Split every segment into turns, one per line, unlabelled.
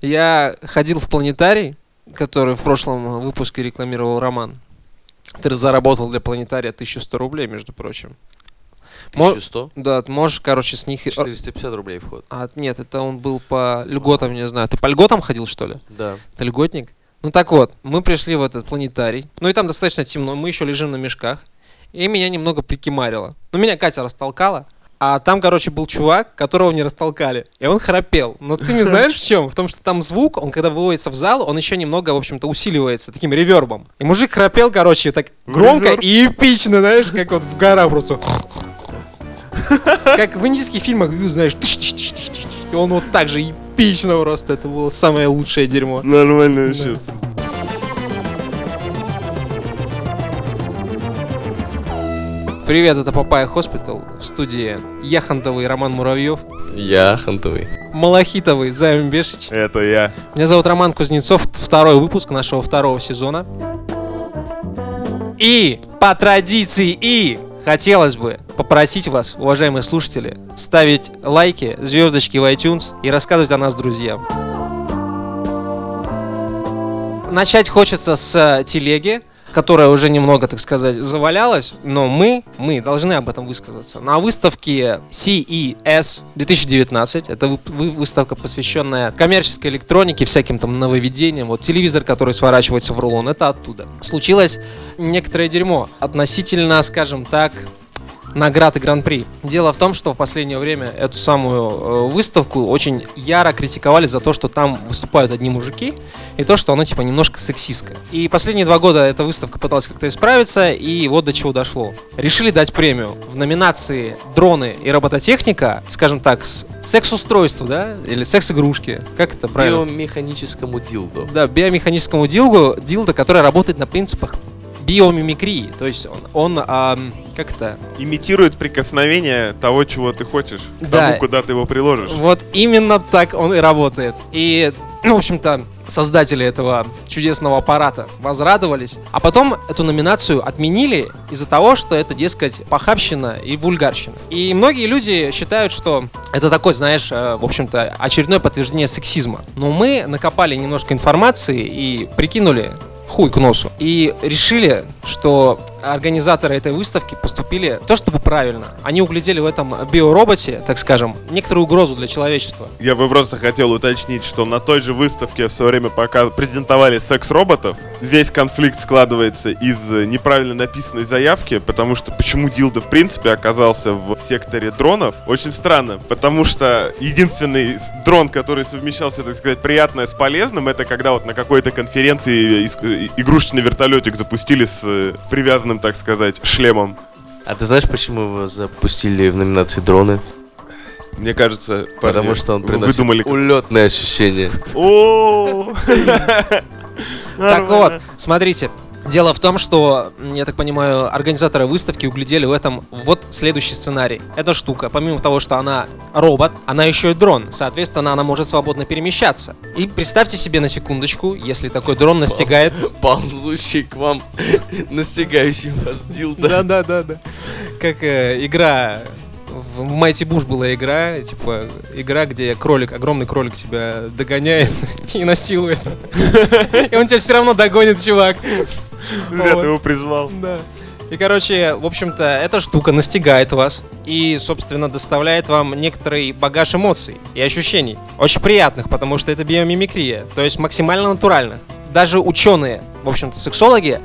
Я ходил в планетарий, который в прошлом выпуске рекламировал Роман. Ты заработал для планетария 1100 рублей, между прочим. Мо-
1100?
Да, ты можешь, короче, с
а-
них...
450 рублей вход.
А, нет, это он был по льготам, не знаю. Ты по льготам ходил, что ли?
Да.
Ты льготник? Ну так вот, мы пришли в этот планетарий. Ну и там достаточно темно, мы еще лежим на мешках. И меня немного прикимарило. Ну меня Катя растолкала. А там, короче, был чувак, которого не растолкали. И он храпел. Но ты не знаешь в чем? В том, что там звук, он когда выводится в зал, он еще немного, в общем-то, усиливается таким ревербом. И мужик храпел, короче, так громко и эпично, знаешь, как вот в гора просто. Как в индийских фильмах, знаешь, и он вот так же эпично просто. Это было самое лучшее дерьмо.
Нормально вообще.
Привет, это Папая Хоспитал. В студии Яхонтовый Роман Муравьев,
Я хантовый.
Малахитовый Займ Бешич.
Это я.
Меня зовут Роман Кузнецов, второй выпуск нашего второго сезона. И по традиции и хотелось бы попросить вас, уважаемые слушатели, ставить лайки, звездочки в iTunes и рассказывать о нас друзьям. Начать хочется с э, телеги, которая уже немного, так сказать, завалялась, но мы, мы должны об этом высказаться. На выставке E CES 2019, это вы- вы- выставка, посвященная коммерческой электронике, всяким там нововведениям, вот телевизор, который сворачивается в рулон, это оттуда. Случилось некоторое дерьмо относительно, скажем так, наград и гран-при. Дело в том, что в последнее время эту самую э, выставку очень яро критиковали за то, что там выступают одни мужики, и то, что она типа немножко сексистская. И последние два года эта выставка пыталась как-то исправиться, и вот до чего дошло. Решили дать премию в номинации «Дроны и робототехника», скажем так, с- секс-устройству, да, или секс-игрушки, как это правильно?
Биомеханическому дилдо.
Да, биомеханическому дилгу, дилда, который работает на принципах биомимикрии. То есть он, он ам, как это?
Имитирует прикосновение того, чего ты хочешь, к
Да.
тому, куда ты его приложишь.
Вот именно так он и работает. И, ну, в общем-то, создатели этого чудесного аппарата возрадовались. А потом эту номинацию отменили из-за того, что это, дескать, похабщина и вульгарщина. И многие люди считают, что это такой, знаешь, э, в общем-то, очередное подтверждение сексизма. Но мы накопали немножко информации и прикинули, хуй к носу. И решили, что организаторы этой выставки поступили то чтобы правильно. Они углядели в этом биороботе, так скажем, некоторую угрозу для человечества.
Я бы просто хотел уточнить, что на той же выставке в свое время пока презентовали секс-роботов, весь конфликт складывается из э, неправильно написанной заявки, потому что почему Дилда в принципе оказался в секторе дронов, очень странно, потому что единственный с- дрон, который совмещался, так сказать, приятное с полезным, это когда вот на какой-то конференции иск- э, игрушечный вертолетик запустили с э, привязанным, так сказать, шлемом.
А ты знаешь, почему его запустили в номинации дроны?
Мне кажется,
Потому
парни,
что он
вы
приносит
выдумали как-
улетное ощущение.
О!
Так вот, смотрите. Дело в том, что, м, я так понимаю, организаторы выставки углядели в этом вот следующий сценарий. Эта штука, помимо того, что она робот, она еще и дрон. Соответственно, она может свободно перемещаться. И представьте себе на секундочку, если такой дрон настигает
Ползущий к вам, настигающий вас дилдо.
Да, да, да, да. Как э, игра в Майти Буш была игра, типа игра, где кролик, огромный кролик тебя догоняет и насилует. И он тебя все равно догонит, чувак.
Зря
Вот.
ты его призвал.
Да. И, короче, в общем-то, эта штука настигает вас и, собственно, доставляет вам некоторый багаж эмоций и ощущений. Очень приятных, потому что это биомимикрия, то есть максимально натуральных. Даже ученые, в общем-то, сексологи,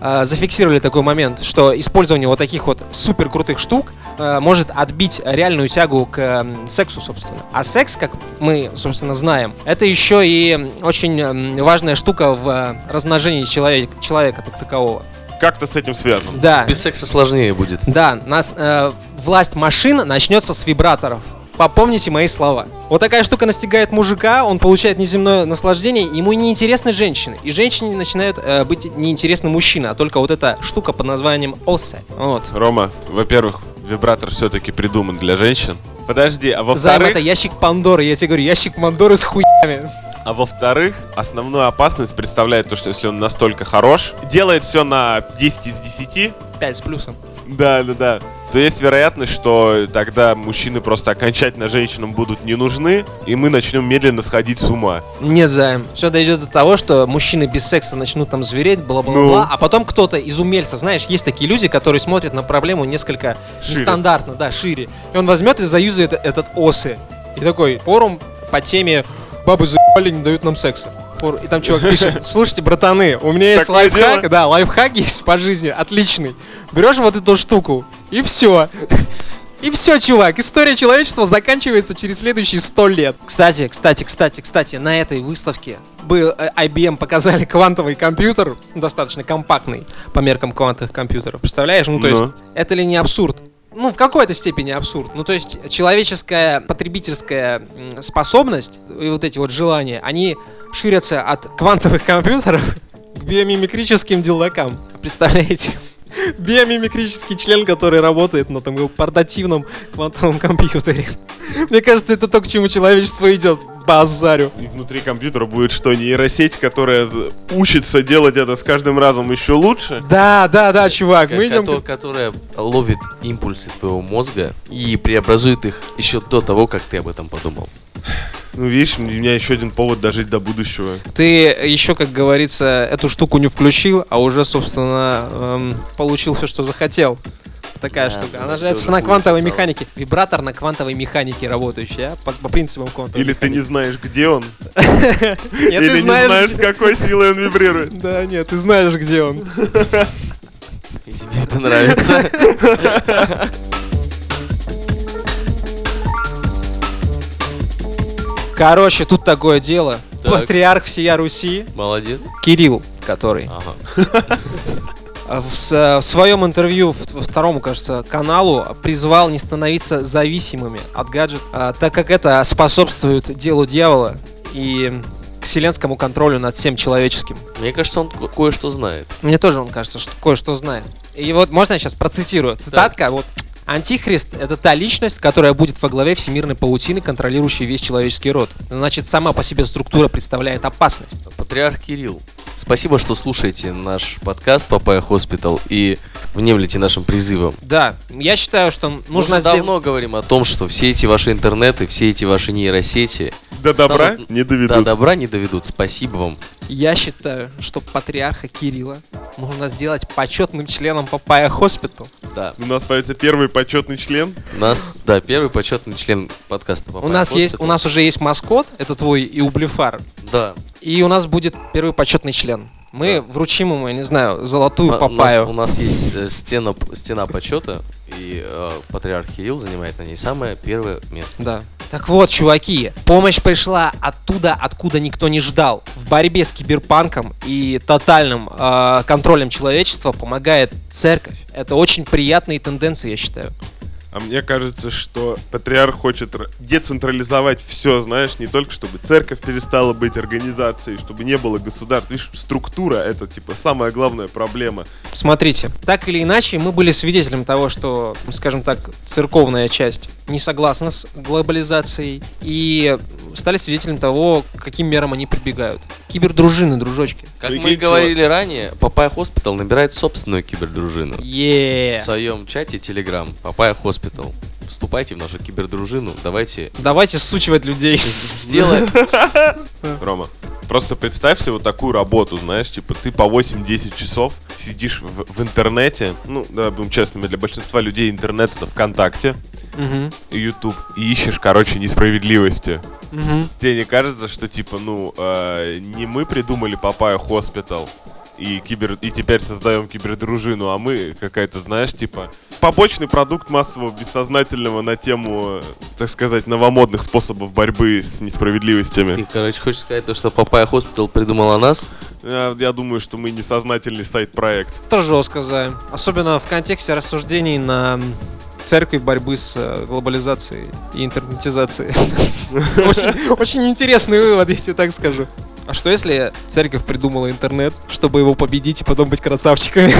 э, зафиксировали такой момент, что использование вот таких вот супер крутых штук э, может отбить реальную тягу к эм, сексу, собственно. А секс, как мы, собственно, знаем, это еще и очень эм, важная штука в э, размножении человек- человека как такового.
Как-то с этим связано.
Да.
Без секса сложнее будет.
Да, нас, э, власть машин начнется с вибраторов. Попомните мои слова. Вот такая штука настигает мужика, он получает неземное наслаждение, ему неинтересны женщины. И женщине начинают э, быть неинтересны мужчины, а только вот эта штука под названием осе. Вот.
Рома, во-первых, вибратор все-таки придуман для женщин. Подожди, а
Займ,
во-вторых,
это ящик Пандоры, я тебе говорю, ящик Пандоры с хуями.
а во-вторых, основную опасность представляет то, что если он настолько хорош, делает все на 10 из 10.
5 с плюсом.
Да, да, да. то есть вероятность, что тогда мужчины просто окончательно женщинам будут не нужны, и мы начнем медленно сходить с ума.
Не займ. Все дойдет до того, что мужчины без секса начнут там звереть, бла-бла-бла.
Ну.
А потом кто-то из умельцев, знаешь, есть такие люди, которые смотрят на проблему несколько
Шире.
нестандартно, да, шире. И он возьмет и заюзает этот осы. И такой форум по теме «Бабы заебали, не дают нам секса». Фор- И там чувак пишет, слушайте, братаны, у меня есть
Такое
лайфхак,
дело.
да, лайфхак есть по жизни, отличный. Берешь вот эту штуку, и все. И все, чувак, история человечества заканчивается через следующие 100 лет. Кстати, кстати, кстати, кстати, на этой выставке был э, IBM показали квантовый компьютер, ну, достаточно компактный по меркам квантовых компьютеров. Представляешь? Ну, то
Ну.
есть, это ли не абсурд? Ну, в какой-то степени абсурд. Ну, то есть, человеческая потребительская м, способность и вот эти вот желания, они ширятся от квантовых компьютеров к биомимикрическим делакам. Представляете? биомимикрический член, который работает на там его портативном квантовом компьютере. Мне кажется, это то, к чему человечество идет. Базарю.
И внутри компьютера будет что, нейросеть, которая з- учится делать это с каждым разом еще лучше?
Да, да, да, чувак, мы
Ко- кото-
идем.
Которая ловит импульсы твоего мозга и преобразует их еще до того, как ты об этом подумал.
Ну, видишь, у меня еще один повод дожить до будущего.
Ты еще, как говорится, эту штуку не включил, а уже, собственно, эм, получил все, что захотел. Такая
Да,
штука.
да,
Она
это
же это
уже
на
хуже
квантовой
стало.
механике. Вибратор на квантовой механике работающий, а? По, по принципам квантовой
Или ты не знаешь, где он,
механики. Нет,
или
ты знаешь,
не знаешь, с
где-
какой силой он вибрирует.
Да, нет, ты знаешь, где он.
И тебе это нравится.
Короче, тут такое дело.
Так.
Патриарх всея Руси,
Молодец.
Кирилл, который
Ага.
а, в, с- в своем интервью в- во второму, кажется, каналу призвал не становиться зависимыми от гаджет, а, так как это способствует делу дьявола и к вселенскому контролю над всем человеческим.
Мне кажется, он ко- кое-что знает.
Мне тоже он кажется, что кое-что знает. И вот можно я сейчас процитирую? Цитатка, вот Антихрист — это та личность, которая будет во главе всемирной паутины, контролирующей весь человеческий род. Значит, сама по себе структура представляет опасность.
Патриарх Кирилл. Спасибо, что слушаете наш подкаст Папая Хоспитал и внемлите нашим призывом.
Да, я считаю, что
Мы
нужно
уже
сделать...
давно говорим о том, что все эти ваши интернеты, все эти ваши нейросети
До добра
Станут-
не
до
доведут.
добра не доведут. Спасибо вам.
Я считаю, что патриарха Кирилла нужно сделать почетным членом Папая Хоспитал.
Да.
У нас появится первый почетный член.
У нас, да, первый почетный член подкаста
У
Папая
нас есть,
Хоспитал.
у нас уже есть маскот, это твой иублифар,
Да.
и у нас будет первый почетный член. Мы
Да.
вручим ему, я не знаю, золотую
А, у нас-
папаю.
У нас, есть э, стена, стена почета, и э, патриарх Кирилл занимает на ней самое первое место.
Да. Так вот, чуваки, помощь пришла оттуда, откуда никто не ждал. В борьбе с киберпанком и тотальным э, контролем человечества помогает церковь. Это очень приятные тенденции, я считаю.
А мне кажется, что патриарх хочет р- децентрализовать все, знаешь, не только чтобы церковь перестала быть организацией, чтобы не было государств. Видишь, структура это типа самая главная проблема.
Смотрите, так или иначе, мы были свидетелем того, что, скажем так, церковная часть не согласна с глобализацией и стали свидетелем того, к каким мерам они прибегают. Кибердружины, дружочки.
Как
Прикинь,
мы и говорили ранее, Папая Хоспитал набирает собственную кибердружину.
Е.
В своем чате Telegram Папая Хоспитал. Вступайте в нашу кибердружину. Давайте
Давайте сучивать людей.
сделаем.
Рома. Просто представь себе вот такую работу, знаешь, типа ты по 8-10 часов сидишь в, в интернете, ну, давай будем честными, для большинства людей интернет это ВКонтакте
Мгм,
и YouTube, и ищешь, короче, несправедливости.
мгм.
Тебе не кажется, что типа, ну, э, не мы придумали Папая Хоспитал и, кибер... и теперь создаем кибердружину, а мы какая-то, знаешь, типа, побочный продукт массового бессознательного на тему, э, так сказать, новомодных способов борьбы с
Ты,
несправедливостями.
короче, хочешь сказать то, что Папая Хоспитал придумал о нас?
Э, Я думаю, что мы несознательный сайт-проект.
Это жестко, Займ. Особенно в контексте рассуждений на м, церкви борьбы с э, глобализацией и интернетизацией. Очень очень интересный вывод, я тебе так скажу. А что если церковь придумала интернет, чтобы его победить и потом быть красавчиками?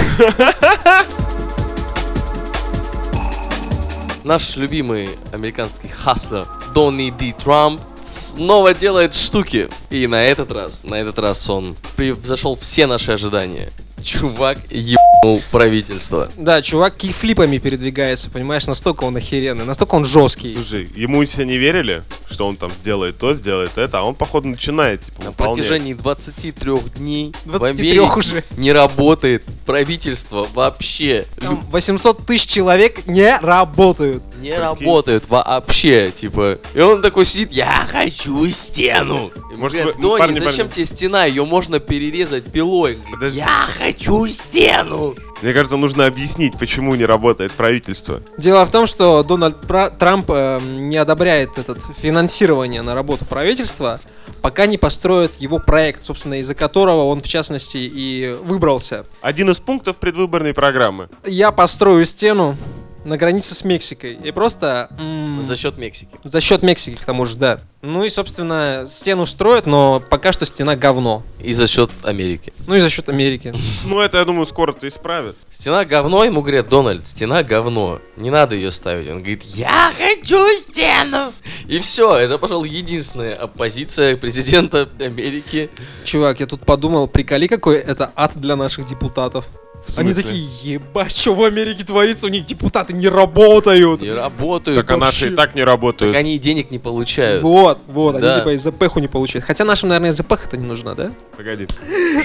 Наш любимый американский хаслер Донни Ди Трамп снова делает штуки. И на этот раз, на этот раз он превзошел все наши ожидания. Чувак ебал ну, правительство.
Да, чувак кейфлипами передвигается, понимаешь, настолько он охеренный, настолько он жесткий.
Слушай, ему все не верили, что он там сделает то, сделает это, а он, походу, начинает, типа,
На
выполнять.
протяжении 23 дней в
23
Америке
уже.
не работает правительство вообще.
Там 800 тысяч человек не работают.
Лю- Не работает вообще, типа. И он такой сидит, я хочу стену. И
Может,
говорят,
вы- ну,
Дони,
парни,
зачем
парни.
тебе стена? Ее можно перерезать пилой. Он говорит,
Подожди.
Я хочу стену.
Мне кажется, нужно объяснить, почему не работает правительство.
Дело в том, что Дональд Пра- Трамп э, не одобряет этот финансирование на работу правительства, пока не построят его проект, собственно, из-за которого он, в частности, и выбрался.
Один из пунктов предвыборной программы.
Я построю стену на границе с Мексикой. И просто... м,
За счет Мексики.
За счет Мексики, к тому же, да. Ну и, собственно, стену строят, но пока что стена говно.
И за счет Америки.
Ну и за счет Америки.
Ну, это, я думаю, скоро-то исправят.
Стена говно, ему говорят, Дональд, стена говно. Не надо ее ставить. Он говорит, я хочу стену. И все, это, пожалуй, единственная оппозиция президента Америки.
Чувак, я тут подумал, приколи, какой это ад для наших депутатов.
В
Они
смысле?
такие, ебать, что в Америке творится, у них депутаты не работают.
Не работают.
Так а наши и так не
Так
работают.
они и денег не получают.
Вот, вот,
Да.
они типа из ЗПХу не получают. Хотя нашим, наверное, из это не нужна, да?
Погоди.
Вы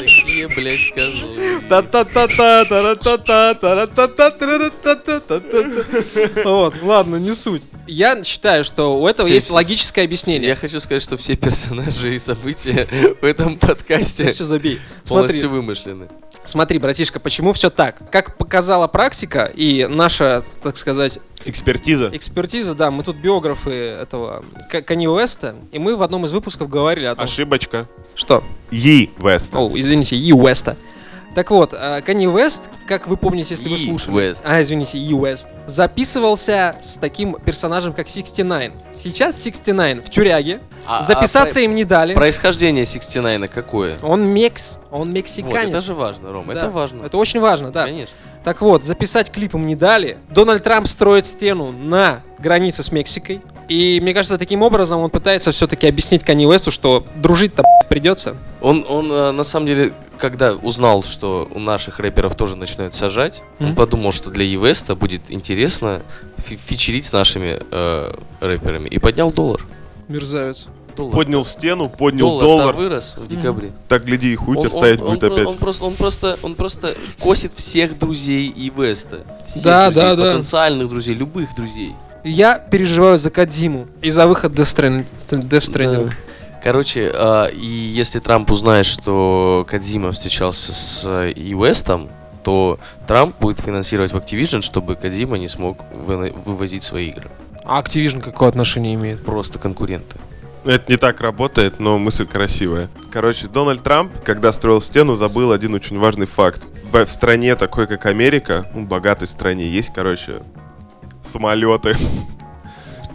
такие, блядь, козлы.
Вот, ладно, не суть. Я считаю, что у этого
Все-
есть
все-
логическое объяснение.
Я хочу сказать, что все персонажи и события в этом подкасте
Все забей. Смотри,
полностью вымышлены.
смотри, братишка, почему все так? Как показала практика и наша, так сказать,
Экспертиза.
экспертиза, да, мы тут биографы этого К- Канье Уэста, и мы в одном из выпусков говорили о том,
А
Ошибочка.
что...
Йи, Вест.
О, извините, И Уэста. Так вот, э, Канье Уэст, как вы помните, если вы
И
слушали...
Уэст.
А, извините, И Уэст. Записывался с таким персонажем, как 69. Сейчас 69 в тюряге.
А- а
Записаться им не дали.
про- Происхождение 69 какое?
Он мекс, он
Вот,
мексиканец.
это же важно, Ром,
Да,
это важно.
Это очень важно, да.
Конечно.
Так вот, записать клип им не дали. Дональд Трамп строит стену на границе с Мексикой. И мне кажется, таким образом он пытается все-таки объяснить Канье Уэсту, что дружить-то б***ь, придется.
Он, он э, на самом деле, когда узнал, что у наших рэперов тоже начинают сажать,
Мгм.
он подумал, что для Евеста будет интересно фи- фичерить с нашими э, рэперами. И поднял доллар.
Мерзавец.
Доллар.
Поднял стену, поднял
доллар,
доллар.
вырос в декабре.
Так, гляди, и хуй тебя
Он-
ставить
он-
будет
он-
опять.
Он просто, он просто, он просто косит всех друзей Евеста. Всех
Да,
друзей,
да, да.
Потенциальных друзей, любых друзей.
Я переживаю за Кадзиму и за выход Death Strand- St- Death Stranding.
Да. Короче, а, и если Трамп узнает, что Кадзима встречался с и Уэстом, то Трамп будет финансировать в Activision, чтобы Кадзима не смог выно- вывозить свои игры.
А Activision какое отношение имеет?
Просто конкуренты.
Это не так работает, но мысль красивая. Короче, Дональд Трамп, когда строил стену, забыл один очень важный факт. В в стране такой, как Америка, ну, богатой стране, есть, короче, самолеты.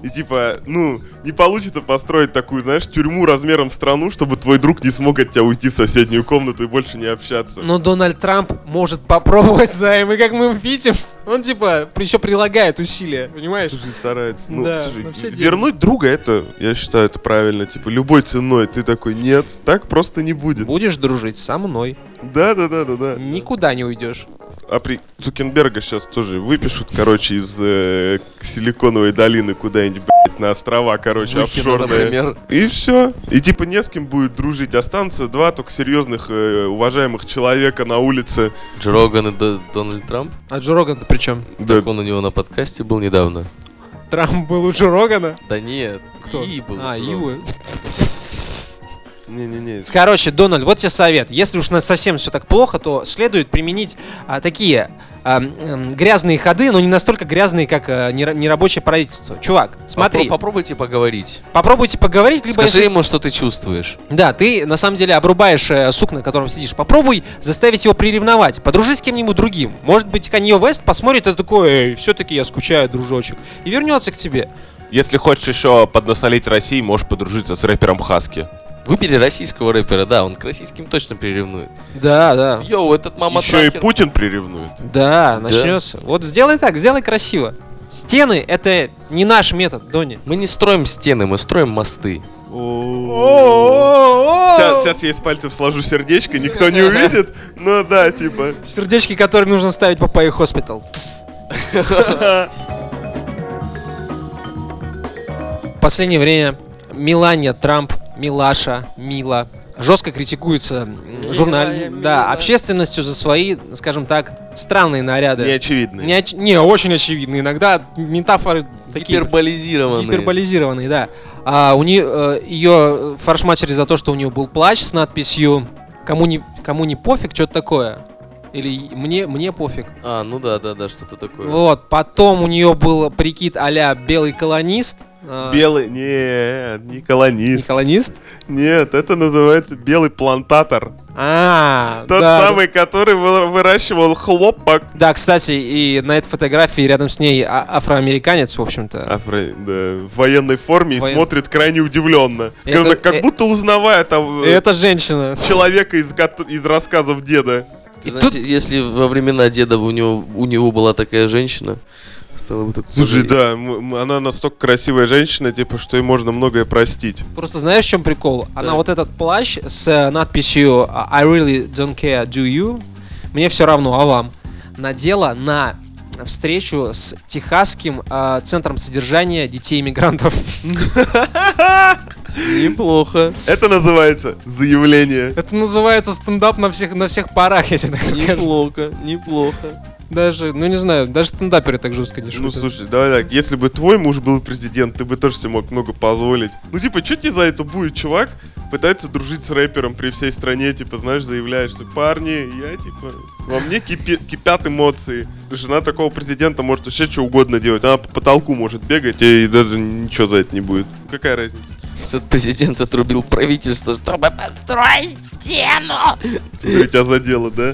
И типа, ну, не получится построить такую, знаешь, тюрьму размером в страну, чтобы твой друг не смог от тебя уйти в соседнюю комнату и больше не общаться.
Но Дональд Трамп может попробовать займ, и как мы видим, он типа еще прилагает усилия, понимаешь?
Слушай, старается. Ну,
Да,
слушай,
на все деньги.
вернуть друга, это, я считаю, это правильно. Типа, любой ценой ты такой, нет, так просто не будет.
Будешь дружить со мной,
Да-да-да-да-да.
никуда не уйдешь.
А при Цукенберга сейчас тоже выпишут, короче, из э, Силиконовой долины куда-нибудь, блядь, на острова, короче,
Выхина,
офшорные.
например.
И все. И типа не с кем будет дружить. Останутся два только серьезных, э, уважаемых человека на улице.
Джо Роган и Д- Дональд Трамп.
А Джо Роган-то при чем?
Да,
Так он у него на подкасте был недавно.
Трамп был у Джо Рогана?
Да нет, И был.
а,
Джо.
Ивы.
не-не-не.
Короче, Дональд, вот тебе совет. Если уж у нас совсем все так плохо, то следует применить а, такие а, м, грязные ходы, но не настолько грязные, как а, нера- нерабочее правительство. Чувак, смотри,
Попро- попробуйте поговорить.
попробуйте поговорить, либо
Скажи
если-
ему, что ты чувствуешь.
Да, ты на самом деле обрубаешь э, сук, на котором сидишь. Попробуй заставить его приревновать. Подружись с кем-нибудь другим. Может быть, Канье Вест посмотрит и такой, эй, все-таки я скучаю, дружочек. И вернется к тебе.
Если хочешь еще поднасолить России, можешь подружиться с рэпером Хаски.
Выбери российского рэпера, да, он к российским точно приревнует.
Да, да.
Йоу, этот мама
еще и
трахер.
Путин приревнует.
Да, начнется. Вот сделай так, сделай красиво. Стены — это не наш метод, Дони.
Мы не строим стены, мы строим мосты.
Сейчас, сейчас я из пальцев сложу сердечко, никто не увидит. Ну да, типа.
Сердечки, которые нужно ставить по Пай Хоспитал. В последнее время Милания Трамп, Милаша, Мила жестко критикуется м, журнал,
Милая,
да,
милая.
общественностью за свои, скажем так, странные наряды.
Неочевидно.
Не, оч- не, очень очевидно. Иногда метафоры такие
Гиперболизированные.
гиперболизированные, да. А у нее ее фаршмачили за то, что у нее был плащ с надписью "Кому не кому не пофиг, что-то такое" или "Мне мне пофиг".
А, ну да, да, да, что-то такое.
Вот. Потом у нее был прикид а-ля белый колонист. а,
Белый. Нет, не
не
колонист.
колонист?
Нет, это называется белый плантатор.
А,
Тот
да,
самый, который вы- выращивал хлопок.
Да, кстати, и на этой фотографии рядом с ней а- афроамериканец, в общем-то.
Афро- А, да, в военной форме и
Воен-
смотрит крайне удивленно.
Это-
Как, как
э-
будто узнавая там э,
Это женщина.
человека из, гот- из рассказов деда.
Ты
И
знаете, если во времена деда у него, у него была такая женщина, стало бы такой...
Слушай, да, м- м- она настолько красивая женщина, типа, что ей можно многое простить.
Просто знаешь, в чем прикол? Она
Так.
вот этот плащ с э, надписью а, I really don't care, do you? Мне все равно, а вам? Надела на встречу с Техасским э, центром содержания детей-мигрантов.
Неплохо.
Это называется заявление.
Это называется стендап на всех, на всех парах, если так скажу.
Неплохо, неплохо.
Даже, ну не знаю, даже стендаперы так жестко не
Ну,
шутят.
слушай, давай так, если бы твой муж был президент, ты бы тоже себе мог много позволить. Ну, типа, что тебе за это будет, чувак? Пытается дружить с рэпером при всей стране, типа, знаешь, заявляет, что парни, я, типа, во мне кипи- кипят эмоции. Жена такого президента может вообще что угодно делать. Она по потолку может бегать, и даже ничего за это не будет. Какая разница?
Этот президент отрубил правительство, чтобы построить стену.
Что тебя задело, да?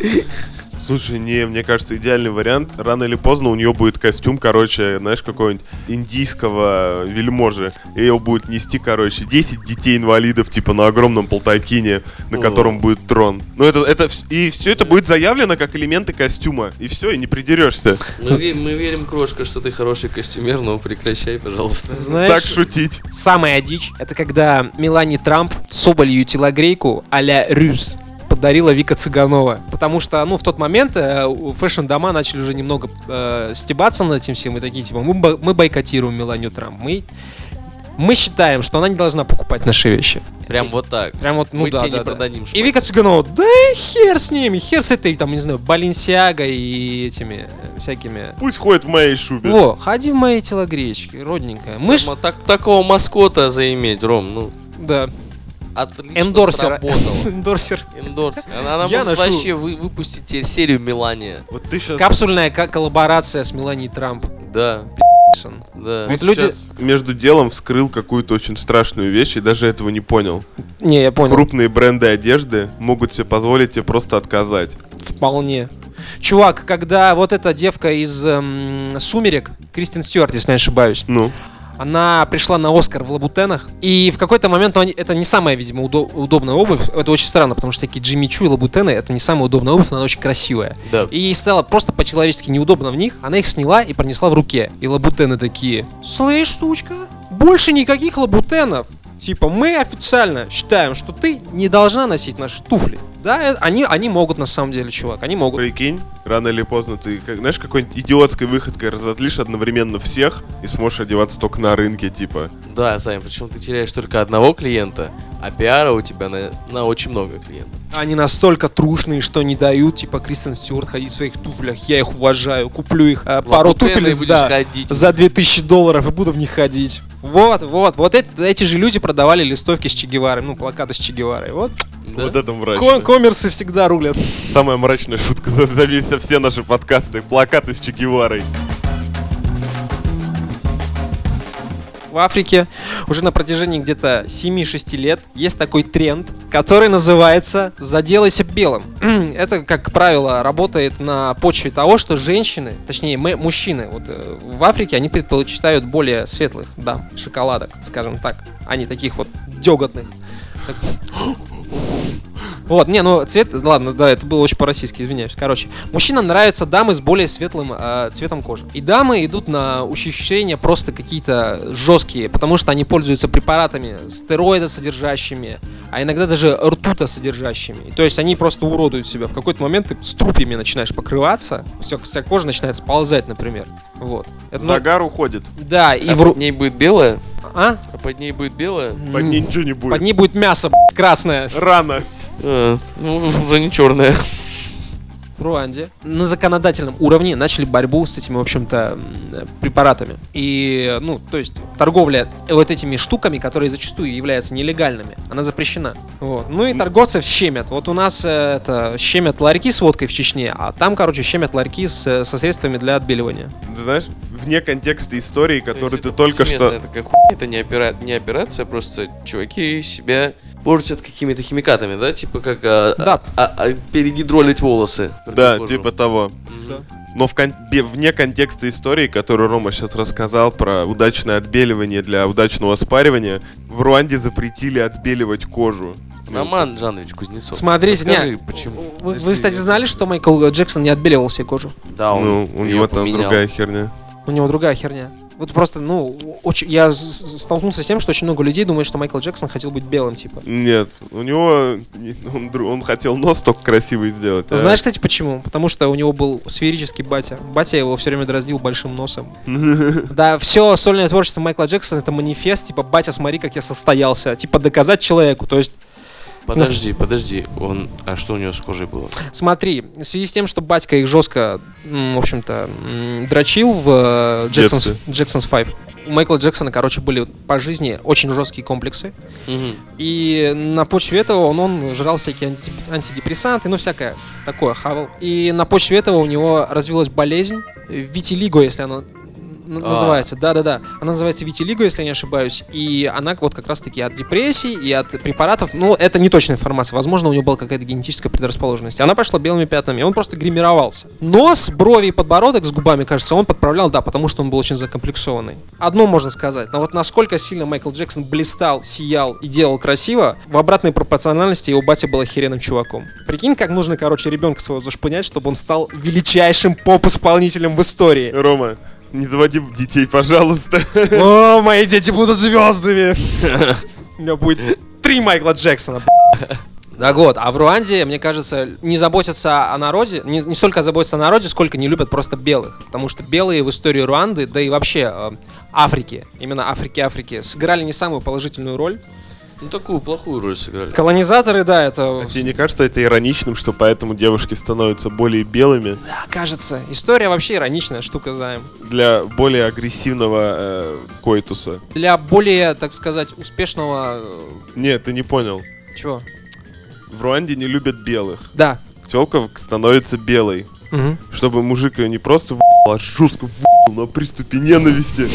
Слушай, не, мне кажется, идеальный вариант. Рано или поздно у нее будет костюм, короче, знаешь, какого-нибудь индийского вельможи. И ее будет нести, короче, 10 детей-инвалидов, типа, на огромном полтайкине, на
О.
котором будет трон. Ну, это, это, вс- и все это будет заявлено как элементы костюма. И все, и не придерешься.
Мы, ве- мы верим, крошка, что ты хороший костюмер, но прекращай, пожалуйста.
Знаешь,
Так шутить.
самая дичь, это когда Мелани Трамп Соболью телогрейку а-ля Рюс подарила Вика Цыганова. Потому что, ну, в тот момент э, у- фэшн-дома начали уже немного э, стебаться над этим всем и такие, типа, мы, бо- мы бойкотируем Меланию Трамп. Мы, мы считаем, что она не должна покупать наши вещи.
Прям вот так.
Прям вот, ну
мы
да,
тебе
да,
не
да.
продадим.
И
шмат.
Вика Цыганова, да и хер с ними, хер с этой, там, не знаю, Баленсиаго и этими э, всякими...
Пусть ходит в моей шубе.
Во, ходи в мои телогреечки, родненькая. Мы ж...
Ма- так, такого маскота заиметь, Ром, ну,
Да,
отлично
эндорсер.
сработало.
Эндорсер.
Эндорс. Она, она
Я
может
ношу-
вообще вы- выпустить теперь серию Мелания.
Вот ты сейчас...
Капсульная ка- коллаборация с Меланией Трамп.
Да, да.
Ты
Вот люди-
сейчас между делом вскрыл какую-то очень страшную вещь и даже этого не понял.
Не, я понял.
Крупные бренды одежды могут себе позволить тебе просто отказать.
Вполне. Чувак, когда вот эта девка из эм, «Сумерек», Кристин Стюарт, если я не ошибаюсь,
Ну.
она пришла на «Оскар» в лабутенах, и в какой-то момент, ну, они- это не самая, видимо, удо- удобная обувь, это очень странно, потому что такие Джимми Чу и лабутены, это не самая удобная обувь, но она очень красивая.
Да.
И ей стало просто по-человечески неудобно в них. Она их сняла и пронесла в руке. И лабутены такие. Слышь, сучка, больше никаких лабутенов. Типа, мы официально считаем, что ты не должна носить наши туфли. Да, э, они, они могут на самом деле, чувак, они могут.
Прикинь, рано или поздно ты, как, знаешь, какой-нибудь идиотской выходкой разозлишь одновременно всех и сможешь одеваться только на рынке, типа.
Да, Займ, причем ты теряешь только одного клиента, а пиара у тебя на, на очень много клиентов.
Они настолько трушные, что не дают, типа, Кристен Стюарт ходить в своих туфлях. Я их уважаю, куплю их э, пару
Лабутены
туфель
будешь
да,
ходить.
за 2000 долларов и буду в них ходить. Вот, вот, вот эти, эти же люди продавали листовки с Че Геварой, ну, плакаты с Че Геварой. Вот
Да?
Вот это мрачно.
Ком- коммерсы всегда рулят.
Самая мрачная шутка за, за весь- за все наши подкасты. Плакаты с Че Геварой.
В Африке уже на протяжении где-то 7-6 лет есть такой тренд, который называется «заделайся белым». Это, как правило, работает на почве того, что женщины, точнее мы- мужчины, вот э, в Африке они предпочитают более светлых, да, шоколадок, скажем так, а не таких вот деготных. Так- Вот, не, ну цвет, ладно, да, это было очень по-российски, извиняюсь. Короче, мужчинам нравятся дамы с более светлым э, цветом кожи. И дамы идут на ущищения просто какие-то жесткие, потому что они пользуются препаратами стероидосодержащими, а иногда даже ртутосодержащими. То есть они просто уродуют себя. В какой-то момент ты с трупьями начинаешь покрываться, все, вся кожа начинает сползать, например. Вот. Это, ну,
Загар уходит.
да, и
а
в... ру-
под ней будет белое?
А?
А под ней будет белое?
Под ней ничего не будет.
Под ней будет мясо, б***ь, красное.
Рано.
Э, ну, уж уже не черное.
в Руанде на законодательном уровне начали борьбу с этими, в общем-то, м, препаратами. И, ну, то есть торговля вот этими штуками, которые зачастую являются нелегальными, она запрещена. Вот. Ну и торговцев щемят. Вот у нас э, это щемят ларьки с водкой в Чечне, а там, короче, щемят ларьки с, э, со средствами для отбеливания.
Ты знаешь, вне контекста истории, которую ты
это
только что...
повсеместная такая хуйня, это не, опера- не операция, просто чуваки себя портят какими-то химикатами, да? Типа как а,
Да.
а- а- перегидролить волосы. только
Да,
кожу.
типа того.
Мгм.
Да.
Но в кон- бе- вне контекста истории, которую Рома сейчас рассказал про удачное отбеливание для удачного спаривания, в Руанде запретили отбеливать кожу.
Роман Жанович Кузнецов.
Смотрите,
Расскажи,
не,
почему.
Вы, вы, кстати, знали, что Майкл э, Джексон не отбеливал себе кожу?
Да, он
Ну, у
её
него там
поменял.
другая херня.
У него другая херня. Вот просто, ну, очень, я с- с- столкнулся с тем, что очень много людей думают, что Майкл Джексон хотел быть белым, типа.
Нет, у него... не- Он, дру- он хотел нос только красивый сделать. а-
Ну, Знаешь, кстати, почему? Потому что у него был сферический батя. Батя его все время дразнил большим носом. Да, все сольное творчество Майкла Джексона это манифест, типа, батя, смотри, как я состоялся. Типа, доказать человеку. То есть,
Подожди, подожди, он. А что у него с кожей было?
смотри, в связи с тем, что батька их жестко, м, в общем-то, м, дрочил в э, Джексонс, Джексонс 5, у Майкла Джексона, короче, были по жизни очень жесткие комплексы.
Мгм.
И на почве этого он, он жрал всякие антидеп- антидепрессанты, ну всякое такое хавал. И на почве этого у него развилась болезнь э, витилиго, если она н-
А.
называется. Да-да-да. Она называется витилиго, если я не ошибаюсь. И она вот как раз-таки от депрессий и от препаратов. Ну, это не точная информация. Возможно, у него была какая-то генетическая предрасположенность. Она пошла белыми пятнами. и Он просто гримировался. Нос, брови и подбородок с губами, кажется, он подправлял, да, потому что он был очень закомплексованный. Одно можно сказать. Но вот насколько сильно Майкл Джексон блистал, сиял и делал красиво, в обратной пропорциональности его батя был охеренным чуваком. Прикинь, как нужно, короче, ребенка своего зашпынять, чтобы он стал величайшим поп-исполнителем в истории.
Рома, не заводи детей, пожалуйста.
О, мои дети будут звездами. У меня будет три Майкла Джексона. б***ь. Так вот, а в Руанде, мне кажется, не заботятся о народе, не, не столько заботятся о народе, сколько не любят просто белых. Потому что белые в истории Руанды, да и вообще э, Африки, именно Африки-Африки, сыграли не самую положительную роль.
Ну такую плохую роль сыграли.
Колонизаторы, да, это...
А тебе не кажется это ироничным, что поэтому девушки становятся более белыми
Да, кажется, история вообще ироничная штука, знаем.
для более агрессивного э, коитуса?
Для более, так сказать, успешного... э,
Нет, ты не понял.
Чего?
В Руанде не любят белых.
Да.
Телка становится белой.
Мгм.
Чтобы мужик ее не просто в***л, а жестко в***л на приступе ненависти.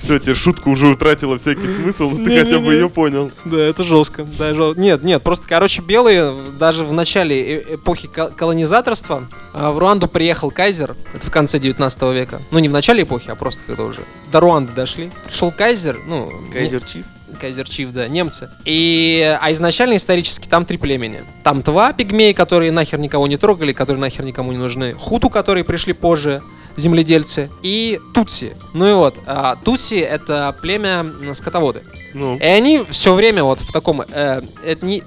Все, тебе шутка уже утратила всякий смысл, но ты
Не-не-не.
хотя бы ее понял.
Да, это жестко. Да, жё- Нет, нет, просто, короче, белые в- даже в начале э- эпохи кол- колонизаторства а, в Руанду приехал кайзер, это в конце 19 века. Ну, не в начале эпохи, а просто когда уже до Руанды дошли. Пришел кайзер, ну... не-
Кайзер Чиф.
Кайзер Чиф, да, немцы. И, а изначально исторически там три племени. Там два пигмеи, которые нахер никого не трогали, которые нахер никому не нужны. Хуту, которые пришли позже, земледельцы. И тутси. Ну и вот, а, тутси это племя м, скотоводы.
Ну,
И они все время вот в таком э, этни-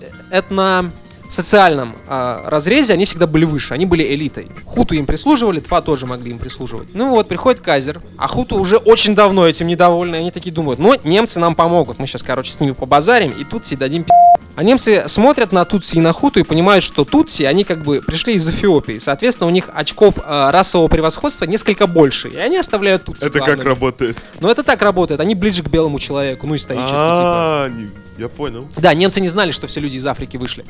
этно-социальном э, разрезе, они всегда были выше, они были элитой. Хуту им прислуживали, Тва тоже могли им прислуживать. Ну вот, приходит Кайзер, а Хуту уже очень давно этим недовольны, и они такие думают, ну, немцы нам помогут, мы сейчас, короче, с ними побазарим, и тут дадим пи***». а немцы смотрят на Тутси и на Хуту и понимают, что Тутси, они как бы пришли из Эфиопии. Соответственно, у них очков э, расового превосходства несколько больше. И они оставляют Тутси
это как
главными.
работает?
Но это так работает. Они ближе к белому человеку, ну, исторически. типа.
А, не- я понял.
Да, немцы не знали, что все люди из Африки вышли.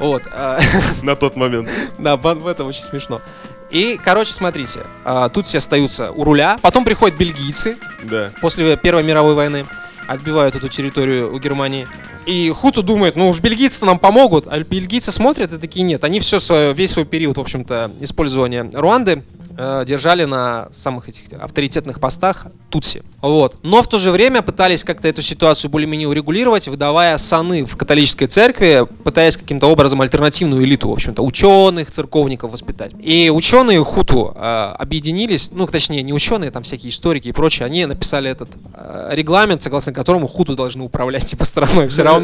Вот. э,
На тот момент.
Да, бан в это очень смешно. И, короче, смотрите, э, тут все остаются у руля. Потом приходят бельгийцы
Да.
после Первой мировой войны, отбивают эту территорию у Германии. И Хуту думает, ну уж бельгийцы нам помогут, а бельгийцы смотрят и такие нет. Они все свое, весь свой период, в общем-то, использования Руанды э, держали на самых этих авторитетных постах Тутси. Вот. Но в то же время пытались как-то эту ситуацию более-менее урегулировать, выдавая саны в католической церкви, пытаясь каким-то образом альтернативную элиту, в общем-то, ученых, церковников воспитать. И ученые хуту э, объединились, ну, точнее, не ученые, там всякие историки и прочее, они написали этот э, регламент, согласно которому хуту должны управлять типа страной все равно.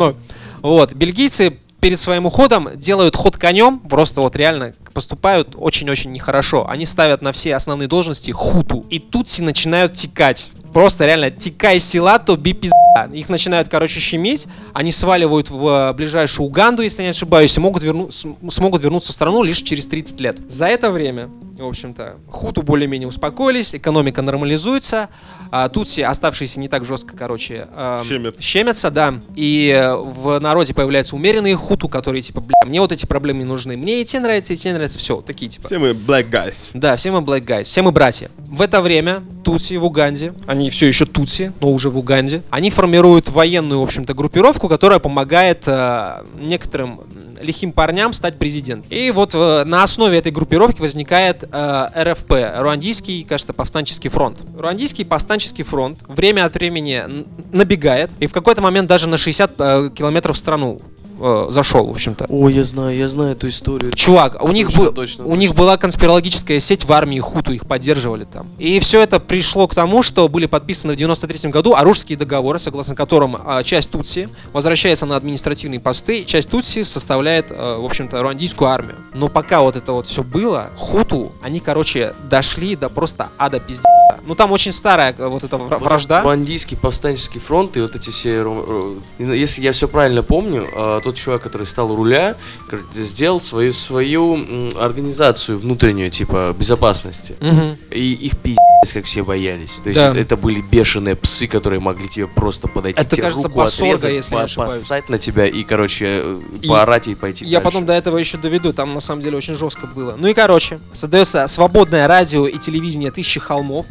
Вот. Бельгийцы перед своим уходом делают ход конем, просто вот реально поступают очень-очень нехорошо. Они ставят на все основные должности хуту. И тут все начинают текать. Просто реально текай села, то би пизда. Их начинают, короче, щемить. Они сваливают в э, ближайшую Уганду, если не ошибаюсь, и могут верну... см- смогут вернуться в страну лишь через 30 лет. За это время, в общем-то, хуту более-менее успокоились, экономика нормализуется. а тут все оставшиеся не так жестко, короче, эм,
Щемят.
щемятся, да. И э, в народе появляются умеренные хуту, которые типа, бля, мне вот эти проблемы не нужны, мне и те нравятся, и те нравятся, все, такие типа.
Все мы black guys.
Да, все мы black guys, все мы братья. В это время Тутси в Уганде, они все еще Тутси, но уже в Уганде, они формируют военную, в общем-то, группировку, которая помогает э, некоторым м, лихим парням стать президентом. И вот э, на основе этой группировки возникает э, РФП, Руандийский, кажется, повстанческий фронт. Руандийский повстанческий фронт время от времени н- набегает и в какой-то момент даже на 60 э, километров в страну э, зашел, в общем-то.
О, я знаю, я знаю эту историю.
Чувак, у них,
Точно,
был-
Ну, точно,
у них была конспирологическая сеть в армии Хуту, их поддерживали там. И все это пришло к тому, что были подписаны в 93 году оружские договоры, согласно которым а, часть Тутси возвращается на административные посты, и часть Тутси составляет, э, в общем-то, руандийскую армию. Но пока вот это вот все было, Хуту, они, короче, дошли до просто ада пиздец. Ну там очень старая э, вот эта вра-
Вот
вражда.
Бандийский повстанческий фронт и вот эти все... ру- ру- Если я все правильно помню, а, тот чувак, который стал у руля, кор- сделал свою, свою м, организацию внутреннюю, типа, безопасности.
Мгм.
И их пиздец, как все боялись. То есть
Да.
это, это были бешеные псы, которые могли тебе просто подойти,
Это,
тебе
кажется,
руку
Басорга,
отрезать,
если не
по-
ошибаюсь.
поссать на тебя и, короче, э,
И-
поорать и пойти
Я
дальше.
потом до этого еще доведу, там на самом деле очень жестко было. Ну и короче, создается свободное радио и телевидение «Тысячи холмов»,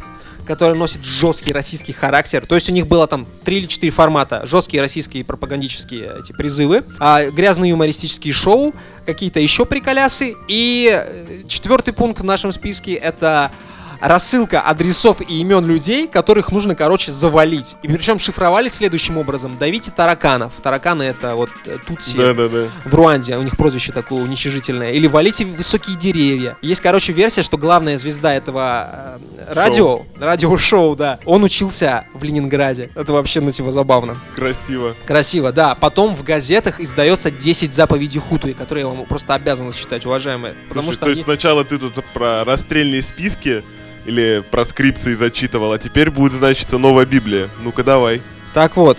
которое носит жесткий российский характер. То есть у них было там три или четыре формата. Жесткие российские пропагандические э, эти призывы, а, грязные юмористические шоу, какие-то еще приколясы. И э, четвертый пункт в нашем списке — это рассылка адресов и имен людей, которых нужно, короче, завалить. И причем шифровали следующим образом. Давите тараканов. Тараканы — это вот э, тутси
Да-да-да.
в Руанде, у них прозвище такое уничижительное, или валите высокие деревья. Есть, короче, версия, что главная звезда этого э, радио, радиошоу, да, он учился в Ленинграде. Это вообще, ну, типа, забавно.
Красиво.
Красиво, да. Потом в газетах издается 10 заповедей Хутуи, которые я вам просто обязан читать, уважаемые. Потому
Слушай,
что
то есть
они-
сначала ты тут про расстрельные списки или про скрипции зачитывал, а теперь будет, значится, новая Библия. Ну-ка, давай.
Так вот,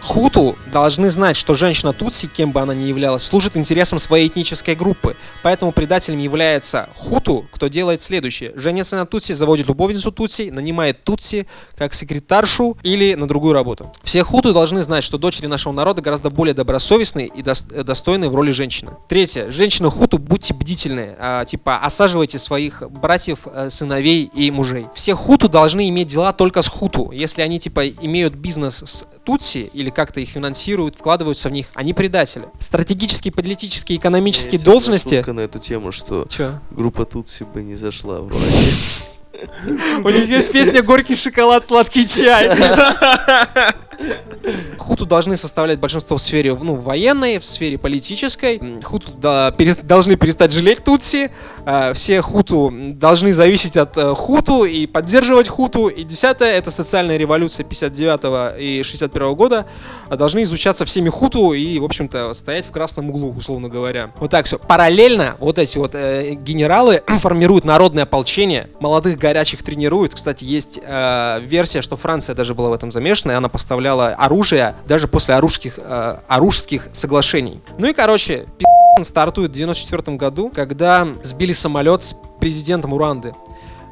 Хуту должны знать, что женщина Тутси, кем бы она ни являлась, служит интересам своей этнической группы. Поэтому предателем является Хуту, кто делает следующее. Женится на Тутси, заводит любовницу Тутси, нанимает Тутси как секретаршу или на другую работу. Все Хуту должны знать, что дочери нашего народа гораздо более добросовестные и дос- э, достойные в роли женщины. Третье. Женщины Хуту, будьте бдительны. а, типа, осаживайте своих братьев, э, сыновей и мужей. Все Хуту должны иметь дела только с Хуту. Если они, типа, имеют бизнес с Тутси или как-то их финансируют, вкладываются в них, они предатели. Стратегические, политические,
У меня есть
экономические
одна
должности...
шутка на эту тему, что
Чё?
группа Тутси бы не зашла в Руанде.
У них есть песня «Горький шоколад, сладкий чай». Хуту должны составлять большинство в сфере ну, военной, в сфере политической. М, Хуту да, перес- должны перестать жалеть Тутси. А, все Хуту м, должны зависеть от э, Хуту и поддерживать Хуту. И десятое — это социальная революция 59 и 61 года. А, Должны изучаться всеми Хуту и, в общем-то, стоять в красном углу, условно говоря. Вот так все. Параллельно вот эти вот э, генералы формируют народное ополчение, молодых горячих тренируют. Кстати, есть э, версия, что Франция даже была в этом замешана, и она поставляла оружие даже после оружских, э, оружских соглашений. Ну и, короче, пи***н стартует в 94 году, когда сбили самолет с президентом Руанды.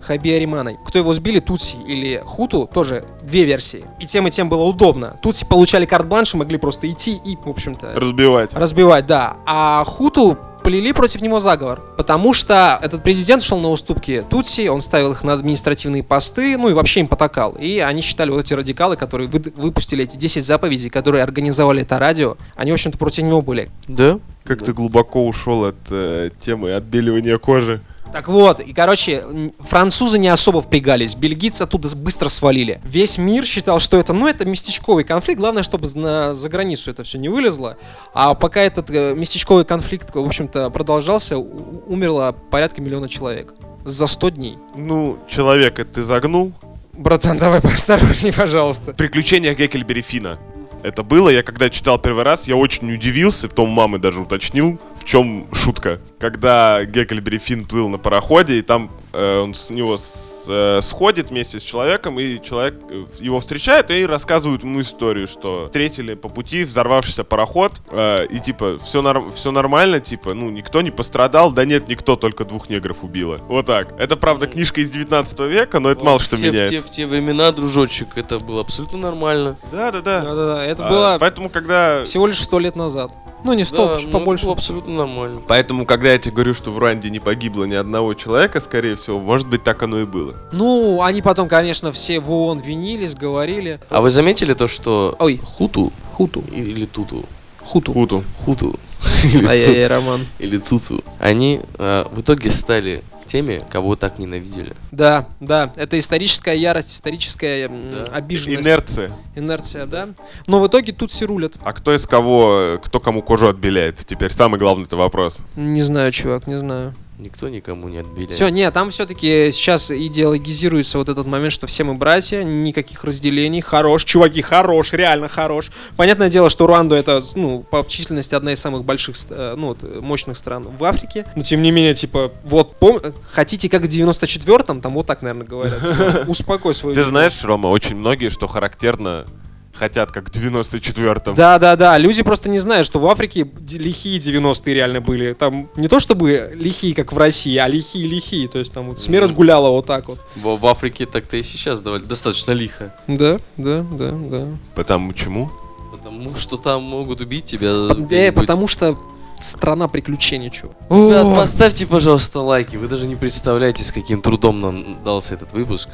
Хаби Ариманой. Кто его сбили, Тутси или Хуту, тоже две версии. И тем, и тем было удобно. Тутси получали карт-бланш и могли просто идти и, в общем-то,
Разбивать.
Разбивать, да. А Хуту плели против него заговор, потому что этот президент шел на уступки Тутси, он ставил их на административные посты, ну и вообще им потакал. И они считали, вот эти радикалы, которые выд- выпустили эти 10 заповедей, которые организовали это радио, они, в общем-то, против него были.
Да?
Как ты глубоко ушел от э, темы отбеливания кожи.
Так вот, и короче, н- французы не особо впрягались, бельгийцы оттуда с- быстро свалили. Весь мир считал, что это, ну, это местечковый конфликт, главное, чтобы зна- за границу это все не вылезло. А пока этот э, местечковый конфликт, в общем-то, продолжался, у- у- умерло порядка миллиона человек за 100 дней.
Ну, человека ты загнул.
Братан, давай поосторожней, пожалуйста.
«Приключения Геккельбери Фина». Это было, я когда читал первый раз, я очень удивился, потом у мамы даже уточнил, в чем шутка. Когда Геккельбери Финн плыл на пароходе, и там э, он с него с- э, сходит вместе с человеком, и человек э, его встречает и рассказывает ему историю, что встретили по пути взорвавшийся пароход, э, и типа, все, все нормально, типа, ну, никто не пострадал, да нет, никто, только двух негров убило. Вот так. Это, правда, книжка из 19 века, но это мало
В
что
те- в
меняет.
те- В те времена, дружочек, это было абсолютно нормально.
Да-да-да.
Да-да-да, это
А,
было
Поэтому, когда...
всего лишь 100 лет назад. Ну, не 100,
Да,
чуть
ну,
побольше.
это было абсолютно нормально.
Поэтому, когда я тебе говорю, что в Руанде не погибло ни одного человека, скорее всего, может быть, так оно и было.
Ну, они потом, конечно, все в ООН винились, говорили.
А вы заметили то, что
Ой,
хуту
хуту,
или туту?
хуту.
Хуту.
Хуту. или ту-
Ай-яй-яй, Роман.
или туту. Они э, в итоге стали теми, кого так ненавидели.
Да, да, это историческая ярость, историческая м,
Да.
обиженность,
Инерция.
инерция, да. Но в итоге тут все рулят.
А кто из кого, кто кому кожу отбеляет? Теперь самый главный это вопрос.
Не знаю, чувак, не знаю.
Никто никому не отбили.
Все, нет, там все-таки сейчас идеологизируется вот этот момент, что все мы братья, никаких разделений, хорош, чуваки, хорош, реально хорош. Понятное дело, что Руанду это, с- ну, по численности одна из самых больших, ст- э, ну, вот, э, мощных стран в Африке. Но тем не менее, типа, вот, пом- хотите как в 94-м, там вот так, наверное, говорят. типа, Успокой свою...
Ты
любовь».
знаешь, Рома, очень многие, что характерно, хотят как в 94-м.
Да, да, да. Люди просто не знают, что в Африке д- лихие 90-е реально были. Там не то чтобы лихие, как в России, а лихие-лихие. То есть там вот смерть
Мгм.
гуляла вот так вот.
В, в Африке так-то и сейчас довольно достаточно лихо.
Да, да, да, да.
Потому чему?
Потому что там могут убить тебя.
Э,
где-нибудь.
потому что страна приключений, чувак.
Ребят,
О,
поставьте, пожалуйста, лайки. Вы даже не представляете, с каким трудом нам дался этот выпуск.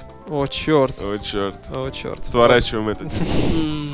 черт,
О, черт.
о, черт.
Сворачиваем это.
М.